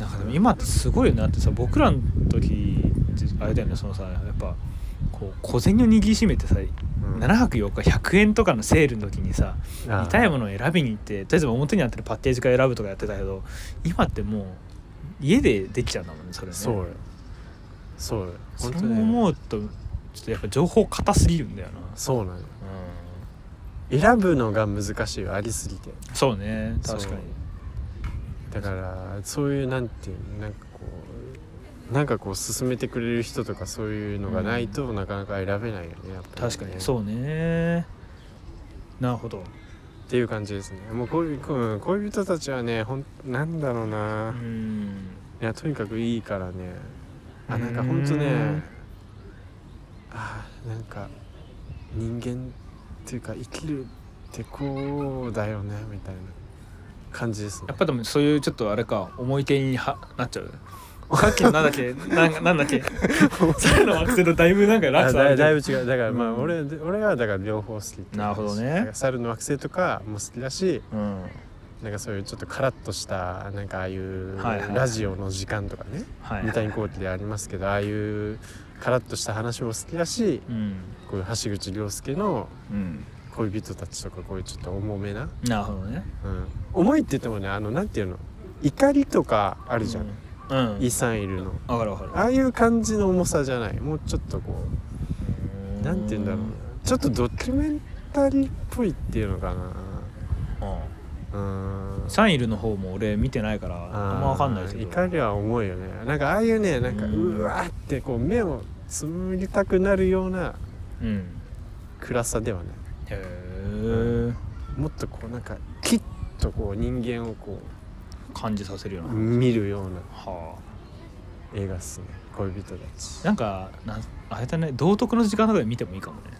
なんかでも今ってすごいなってさ僕らの時ってあれだよねそのさやっぱこう小銭を握りしめてさ
うん
7泊8日100円とかのセールの時にさ
あー
見たいものを選びに行ってとりあえず表にあってるパッケージから選ぶとかやってたけど今ってもう家でできちゃうんだもんねそれね
そうよそうよ
それ
本当
も
ね
思うとちょっとやっぱ情報硬すぎるんだよな
そうなの選ぶのが難しいよありすぎて
うんそうね確かに
だからそういうなんていうのなんかこうなんかこう進めてくれる人とかそういうのがないとなかなか選べないよねやっぱりね
確かにそうねなるほど
っていう感じですねもうこういうこうこういう人たちはねほんなんだろう
う
な、い
ん
やとにかくいいからね
う
あ
ん
なんかほんとねあーなんか人間っていうか生きるってこうだよねみたいな感じですね
やっぱでもそういうちょっとあれか思い出にはなっちゃうさっきのなんだっけ なんなんだっけさらの惑星とだいぶなんか落
あ
差あ
だ
る
い
じゃ
だ
ん
いぶ違うだからまあ
うん
俺,、俺はだから両方好きっていう
なるほどね
だから猿の惑星とかも好きだし
うん
なんかそういうちょっとカラッとしたなんかああいう
はいはい
ラジオの時間とかね、
はい
三谷幸喜でありますけどああいうカラッとした話も好きだし
うん
こういう橋口涼介の
うん
恋人たちとかこういうちょっと重めな、
なるほどね
うん、重いって言ってもねあのなんていうの怒りとかあるじゃん、
うんうん
イサンいるの
わかるわかる
ああいう感じの重さじゃないもうちょっとこうなんて言うんだろうなちょっとドキュメンタリーっぽいっていうのか
ううん
なうん
サンイルの方も俺見てないからあんまわかんないけど
怒りは重いよねなんかああいうねなんか
うん
うわーってこう目をつむりたくなるような
うん
暗さではない
へえ
もっとこうなんかキッとこう人間をこ
感じさせるよう
う
な、
見るような
は
映画っすね恋人た
あ
ち
なんかなんあれだね道徳の時間とかで見てもいいかもね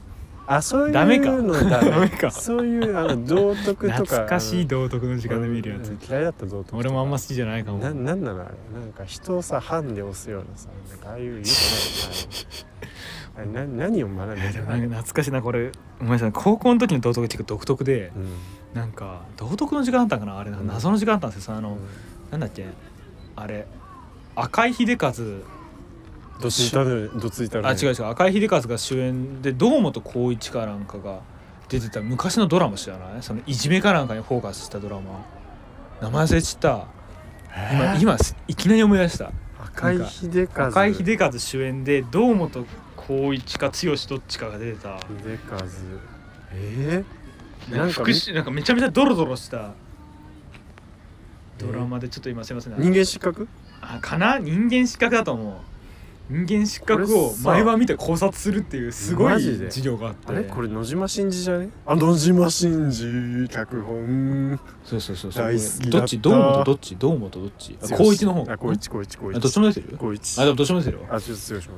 あそういう
ダメか
のダメ
ダメか
そういうあの道徳とか
懐かしい道徳の時
時
間で見るやつ
嫌いだった道徳とか
俺もあんま好きじゃないかも
ななんなのあれなんか人をさハンで押すようなさなんかああいうよくないよなあれな何を学んでたの
なんか懐かしいなこれごめんなさい高校の時の道徳って結構独特で
うん
なんか道徳の時間あったんかなあれなんか謎の時間あったんですよそのあのなんだっけあれ赤井秀和
どついたるどついたる
あ違う違
う
う赤井秀和が主演で堂本光一かなんかが出てた昔のドラマ知らないそのいじめかなんかにフォーカスしたドラマ名前忘れちった今今すいきなり思い出した
赤い秀和
赤井秀和主演で堂本光一か剛どっちかが出てた
秀和えー、
な
なんん
か
か
福祉なんかめちゃめちゃドロドロしたドラマでちょっと今すいません、
人間失格
あかな人間失格だと思う人間失格
こ
を
れさ
前は見て考察するっていうすごい
マジで
授業があって
あれこれ野島真司じゃねあ野島真司脚本
そうそうそう
大好きだった
どっちどうもとどっちどうもとどっちあ高一の方
あ高一高一高
あ
一
どっちも出てる
高一
あでもどっちも出てるわ
あちょっと強いしも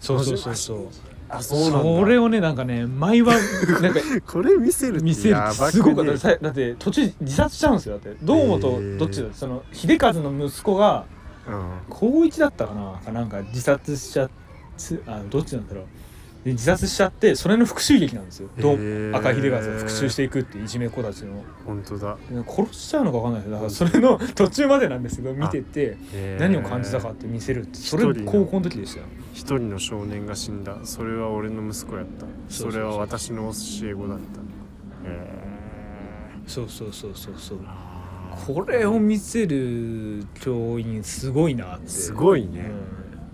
そうそうそうそう
あ
そ
そうなんだ
れをねなんかね毎晩なん か
これ見せるって
見せる
やばくね
すごかったさだって途中自殺しちゃうんですよだって堂本どっちだその秀和の息子が
うん
高一だったかなかなんか自殺しちゃつあどっちなんだろうで自殺しちゃってそれの復讐劇なんですよ、どう
へー
赤秀和が復讐していくっていういじめっ子たちの
本当だ
で殺しちゃうのか分かんないけどだからそれの途中までなんですけど見てて何を感じたかって見せるってそれ
一人の
高校の時でしたよ
一人の少年が死んだそれは俺の息子やった
そそ
そう
うそう
れは私の教え子だった
そうそうそうそうそうこれを見せる教員すごいなって
すごい
い
ね、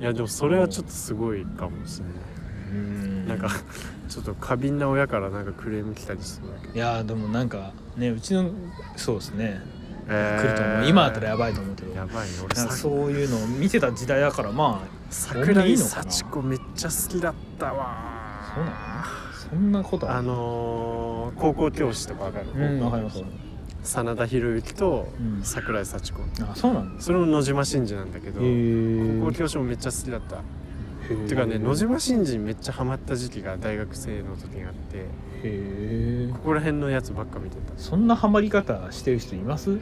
いやでもそれはちょっとすごいかもしれ
うん
ないなんかちょっと過敏な親からなんかクレーム来たりするわけ
いやでもなんかねうちのそうですね
え
来ると思う今だったらやばいと思うけど
やばいね俺
なん
さ
かそういうのを見てた時代だからま
桜
いい
井
のかな
幸子めっちゃ好きだった
あ
わ
そうなのそんなことは
あのー、高校教師とかわかる、
うんわかりますわか
真田広之と
うん
桜井幸子、
りますあそうなんです
それも野島真司なんだけど、
へー
高校教師もめっちゃ好きだった、
へー
てかね野島真司にめっちゃハマった時期が大学生の時があって
へえ
ここら辺のやつばっか見てた
そんなハマり方してる人います
こ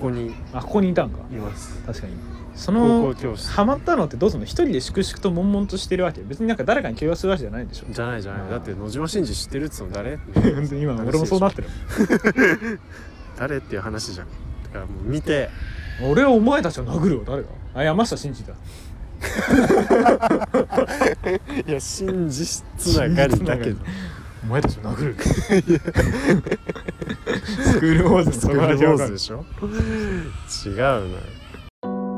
こに
あここにいたんか
います
確かにそ
高校
の
教師
ハマったのってどうすんの一人で粛々と悶々としてるわけ別になんか誰かに許容するわけじゃないん でしょ
じゃないじゃないだって野島真司知ってるっつうの 誰
本当に今俺もそうなってる
誰っていう話じゃんだからもう見て
俺はお前たちを殴るよ誰があ山下真司だ
いや真実つながりだけど
お前たちを殴るスクールウォーズの
スク
そ
ー
の
ルウ
話
ォ
わか
ーズ
る
でしょ違うな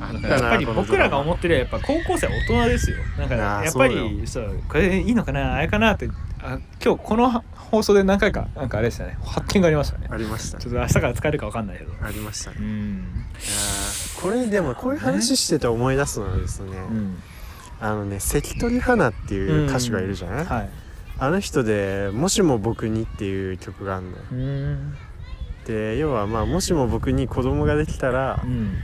あったな
やっぱり
この
僕らが
ドラマ
思ってるやっぱ高校生は大人ですよなんか
あー
やっぱ
そう
りそうこれいいのかなあれかなってあ今日この放送で何回かなんかあれでしたね発見がありましたね
ありました
ちょっと明日から使えるかわかんないけど
ありましたね
うん
いやーこれでもこういう話してて思い出すのはですね、
うん
あのね関取花っていう歌手がいるじゃない、
はい
あの人で「もしも僕に」っていう曲があるのよ
うん
で要はまあもしも僕に子供ができたら
うん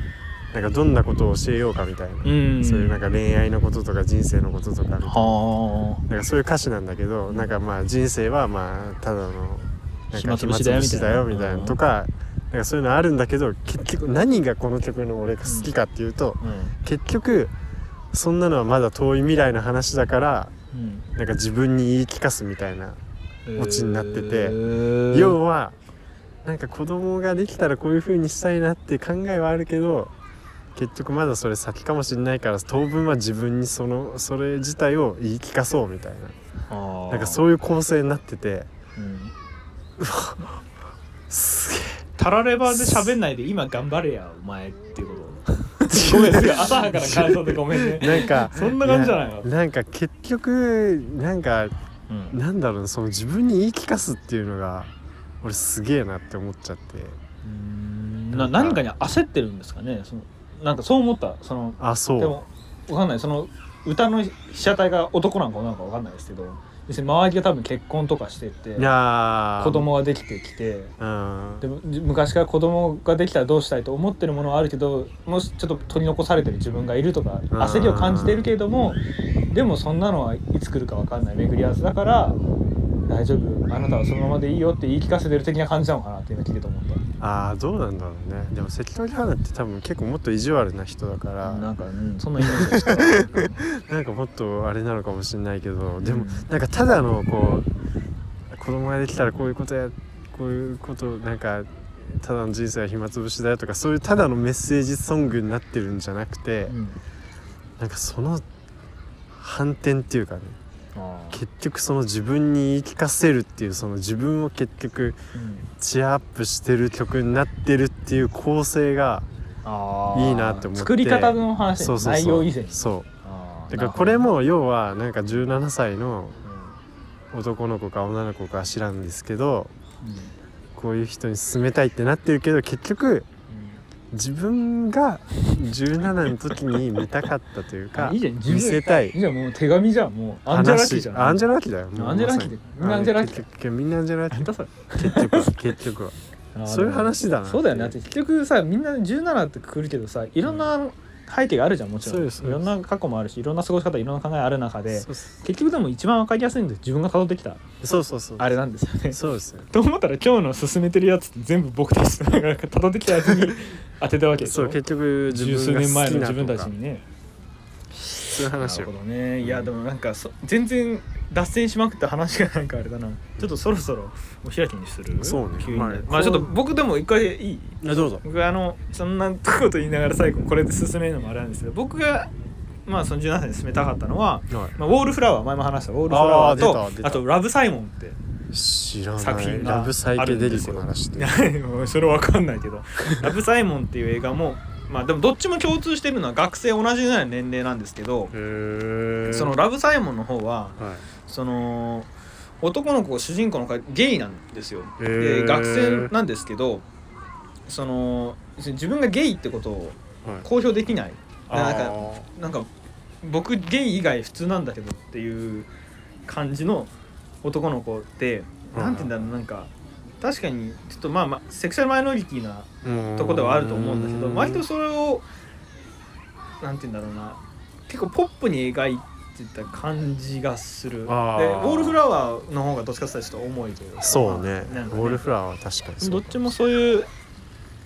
なんかどんなことを教えようかみたいな、
うん
そういうなんか恋愛のこととか人生のこととかみたいな
は
なんかそういう歌詞なんだけどなんかまあ人生はまあただのなんか
暇つぶしだよ
暇つぶ
みたいな
とかなんかそういうのあるんだけど結局何がこの曲の俺が好きかっていうと
あうん
結局そんなのはまだ遠い未来の話だから
うん
なんか自分に言い聞かすみたいなオチになってて
へー
要はなんか子供ができたらこういう風にしたいなって考えはあるけど結局まだそれ先かもしれないから当分は自分にそのそれ自体を言い聞かそうみたい
あ
な
ー
なんかそういう構成になってて
うん
す
タラレバで喋んないで今頑張れやお前っていう ことごめんすごい浅はかな感想でごめん
げ
ね
えなんか
そんな感じじゃないの
なんか結局なんか
うん
なんだろうなその自分に言い聞かすっていうのが俺すげえなって思っちゃって
な何かに焦ってるんですかねそのなんかそう思ったその
あそう
でもわかんないその歌の被写体が男なんか女なんかわかんないですけど別に周りが多分結婚とかしてて
いやー
子供ができてきて
うん
でむ昔から子供ができたらどうしたいと思ってるものはあるけどもしちょっと取り残されてる自分がいるとか焦りを感じてるけれどもでもそんなのはいつ来るか分かんない巡り合わせだから大丈夫あなたはそのままでいいよって言い聞かせてる的な感じなのかなって今聞いてて思っ
ああどうなんだろうねでも関取花って多分結構もっと意地悪な人だか
た
ら
な
なん
か、うん、そんなイメージでしたうん
んかもっとあれなのかもしれないけど
ん
でもなんかただのこう子供ができたらこういうことやこういうことなんかただの人生は暇つぶしだよとかそういうただのメッセージソングになってるんじゃなくて
うん
なんかその反転っていうかね
あー
結局その自分に言い聞かせるっていうその自分を結局
うん
チアアップしてる曲になってるっていう構成が
あー
いいなって思って
作り方の話ね
そうそうそう
内容以前に
そう
あー
だからこれも要はなんか17歳の男の子か女の子か知らんですけど
うん
こういう人に勧めたいってなってるけど結局自分が17の時に見たかったというか
いいじゃん自分
見せたい
じゃあもう手紙じゃんもうアンジェラキーじゃん
話アンジェラアキだよもう
アンジェラアキだよみんなアンジェラアキだよ
結局みんなアンジェラアキ
なんだそれ
結局は 結局はそういう話だな
そうだよねだって結局さみんな17ってくくるけどさいろんな背景があるじゃんもちろ
そうんですそう
い
です
ろんな過去もあるしいろんな過ごし方いろんな考えある中で
そうそ
結局でも一番わかりやすいのって自分が辿ってきた
うそうそう
あれなんですよね。
そうですよ
と思ったら今日の進めてるやつって全部僕たちが辿ってきたやつ に当てたわけでし
そう
ょ
結局自
十数
分が
年前の
好
自
きな
分
と
たち
か
にね。
そういう
なる
話
ほ
を
どねいや
うん
でもなんかそ全然脱線しまくった話がなんかあれだなちょっとそろそろお開きにする
そうね
急に
まあ
まあちょっと僕でも一回いい
あどうぞ
僕あのそんなこと言いながら最後これで進めるのもあれなんですけど僕がまあその17歳で進めたかったのは、
はい
まあ、ウォールフラワー前も話したウォールフラワー
あー出た出
とあ
た
とラブサイモンって
知ら
作
ない
品が
ラブサイケデリコの話
い
で
や もうそれわかんないけど「ラブサイモン」っていう映画もまあでもどっちも共通してるのは学生同じぐらいの年齢なんですけど
へ
その「ラブサイモン」の方は
はい
その男の子主人公の子がゲイなんですよ。
へ
で
ー
学生なんですけどその自分がゲイってことを
はい
公表できないなんか
あ
なんか僕ゲイ以外普通なんだけどっていう感じの男の子って
うん
なんて言うんだろうなんか確かにちょっとまあまあセクシャルマイノリティな
ー
とこではあると思うんだけ
う
ど
ーん
割とそれをなんて言うんだろうな結構ポップに描いてた感じがするでウ
あー
ォールフラワーの方がどっちかっていうとちょっと重いというか
そうね
なんか
ウォールフラワーは確かにそう
どっちもそういう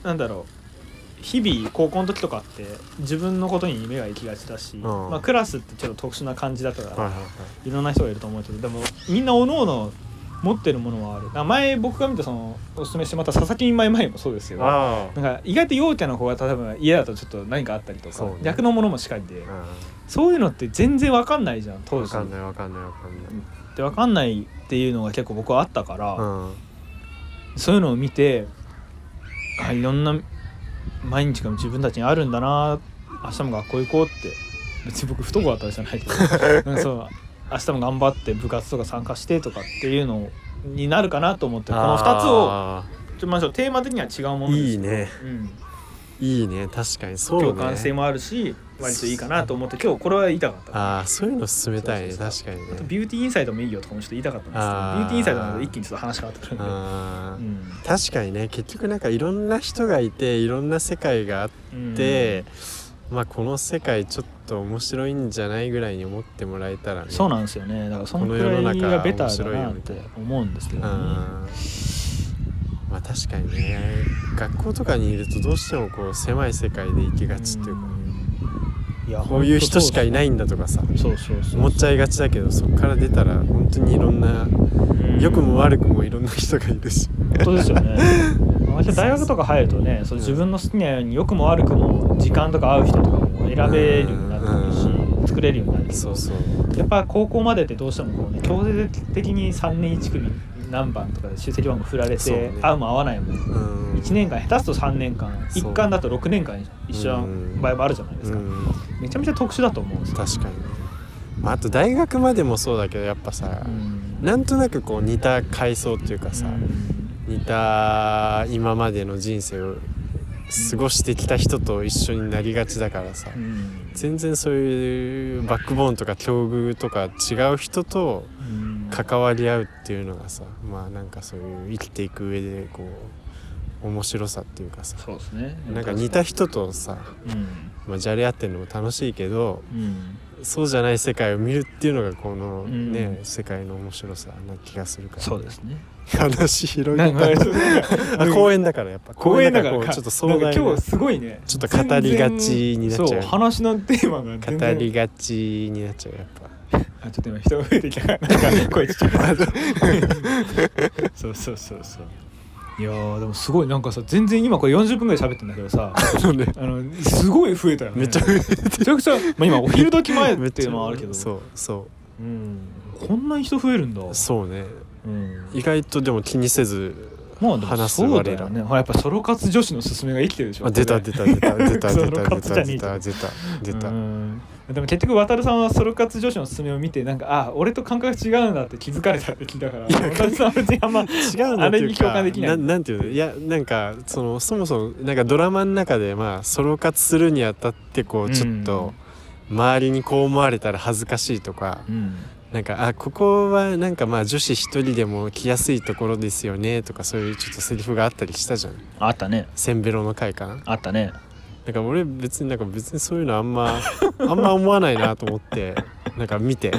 なんだろう日々高校の時とかって自分のことに目が行きがちだし、
ん
まあ、クラスってちょっと特殊な感じだから、
はいはい
い、ろんな人がいると思うけどでもみんなおのおの持ってるものはあるあ前僕が見たそのおすすめしてまた佐々木舞舞もそうですけどなん
あ
か意外と陽キャの子が例えば家だとちょっと何かあったりとか、
そうね
逆のものもしかりで、
あ
そういうのって全然わかんないじゃん
うん
当
わ
時
かんないわかんないわかんない
でわかんないっていうのが結構僕はあったから、
うん
そういうのを見てあいろんな毎日が自分たちにあるんだな明日も学校行こうって別に僕不登校だったわけじゃないけ どなんかそう明日も頑張って部活とか参加してとかっていうのになるかなと思ってこの2つを
あ
ちょまあちょっとテーマ的には違うも
ー
のです
いいね
うん、
いいね確かにそうね
共感性もあるし割といいかなと思って今日これは言いたかった。
ああそういうの進めたいね
そう
確かに
あと
ね
ビューティーインサイドもいいよとかもちょっと言いたかったんですけど
あー
ビューティーインサイドだと一気にちょっと話変わってくるんで、
あ
う
ー
ん
確かにね結局なんかいろんな人がいていろんな世界があっ
うん、
て、まあこの世界ちょっと面白いんじゃないぐらいに思ってもらえたらね
そう
う
なんですよねだからその
この
く
世の
ら
中
いがベターだ
面白い
な
よ
っ
みたい
て
な
思うんですけ
ん
どね、
まあ確かにね学校とかにいるとどうしてもこう狭い世界で行きがちっていうか、
いや
こういう人しかいないんだとかさ
そうそうそう
思っちゃいがちだけどそこから出たら本当にいろんな良くも悪くもいろんな人がいるし
本当ですよ ね割と大学とか入るとねそう自分の好きなように良くも悪くも時間とか合う人とかも選べるようになってくるし作れるようになる
そうそう
やっぱ高校までってどうしてもこう、ね、強制的に3年1組何番とかで出席番号振られて、
そうね
合うも合わないもん
うん
1年間下手すと3年間
そう
一貫だと6年間一緒
うん
の場合もあるじゃないですか、
うん
めちゃめちゃ特殊だと思うんですよ、
確かにね、まあ、あと大学までもそうだけどやっぱさ、
うん
なんとなくこう似た階層っていうかさ、似た今までの人生を過ごしてきた人と一緒になりがちだからさ、
うん
全然そういうバックボーンとか境遇とか違う人と
うん
関わり合うっていうのがさまあなんかそういう生きていく上でこう面白さっていうかさ
そうですね
なんか似た人とさ、
うん
まあ、じゃれ合ってるのも楽しいけど
うん
そうじゃない世界を見るっていうのがこの
うん
ね、世界の面白さな気がするから
そうですね
話広
な
げ
ん か
たあ公園だからやっぱ
公園だか
こ
ら
う
か
ちょっと壮
な
大
んか今
な
日すごいね
ちょっと語りがちになっちゃ
全
う
然そう話のテーマが全
語
然
りがちになっちゃうやっ
あちょっと今人が増えてきたからなんか 声ちっちゃくなったそうそうそうそういやーでもすごいなんかさ全然今これ40分ぐらい喋ってんだけどさ
ぱそうね
あのすごい増えたよね
めっちゃ
めちゃくちゃ、まあ、今お昼時前っていうのもあるけど
そうそ
うん、こんなに人増えるんだ、
うそうね
うん、
意外とでも気にせず
まあでも
話す
そうだ
我
よ
ら
ねほらやっぱソロ活女子の勧めが生きてるでしょ
あ出た
こ
出た出た 出た
そ
出
の
た出
活じゃね
た
え
出
けど
た出た
れ
出た
うんでも結局渡さんはソロ活女子の勧めを見てなんかあ俺と感覚違うんだって気づかれたって聞いたから渡さんは別にあんま
違 うんだ
あ
って
れ
い
に
うか
共感できない
んんていうのいやなんかそのそもそもなんかドラマの中でまあソロ活するにあたってこ
う
うんちょっと周りにこう思われたら恥ずかしいとか、
うん
なんかあここはなんかまあ女子一人でも来やすいところですよねとかそういうちょっとセリフがあったりしたじゃん
あったね
せんべろの回かな
あったね
なんか俺別になんか別にそういうのあ んまあんま思わないなと思ってなんか見て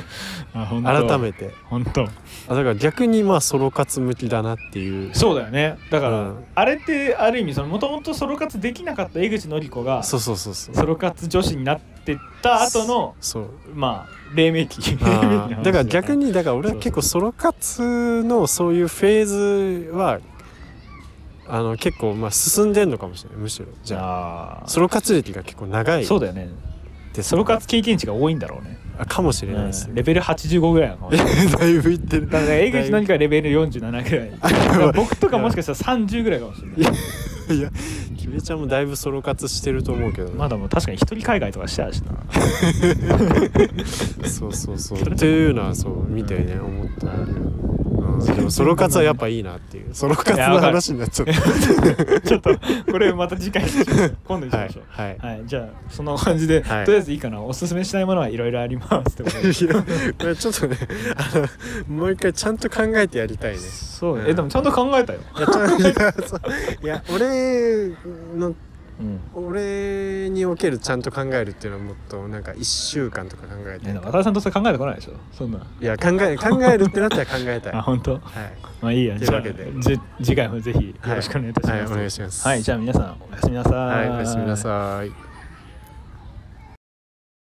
あ本当
改めて
本当
あだから逆にまあソロ活向きだなっていう
そうだよねだから、
うん
あれってある意味もともとソロ活できなかった江口のり子が
そ
ソ
うそうそうそう
ロ活女子になってった後の
そう
まあ黎明期黎明期の
あ
話
ーだから逆
に
にだから俺は結構ソロ活のそういうフェーズはあの結構まあ進んでんのかもしれないむしろじゃあ
ゃあ
ソロ活歴が結構長い
そうだよね
で
ソロ活経験値が多いんだろうね、
あかもしれないです
う
ね、
んレベル85ぐらいなのかもしれない
だいぶいってる
だから江口のり子はレベル47ぐらい だから僕とかもしかしたら30ぐらいかもしれない
いやきべちゃんもだいぶソロ活してると思うけどね、
まだもう確かに一人海外とかしてた しな
そうそ うそう
それ
っていうのはそう見てね思った、うん、でもソロ活はやっぱいいなっていうソロ活
いや
の
わかる
話になっちゃった
ちょっとこれまた次回にしましょう今度にし
は
ま
い
しょう、
はい
はい、じゃあそんな感じで、
はい
とりあえずいいかなおすすめしたいものはいろいろありますって ことで
いやこれちょっとねあのもう一回ちゃんと考えてやりたいね
そう
うん
えでもちゃんと考えたよ、
いやちゃんいやそういや俺の
うん、
俺におけるちゃんと考えるっていうのはもっとなんか1週間とか考えて
渡辺さんとそれ考えてこないでしょそんない
や考え考えるってなったら考えたい
あ
は
本当
い、
まあいいや
とい
じ
う
ゃ
わ
あ
けで
じ次回もぜひよろしくお願いいたします、
はいはいお願いします
はいじゃあ皆さんおやすみなさ
はい、おやすみなさい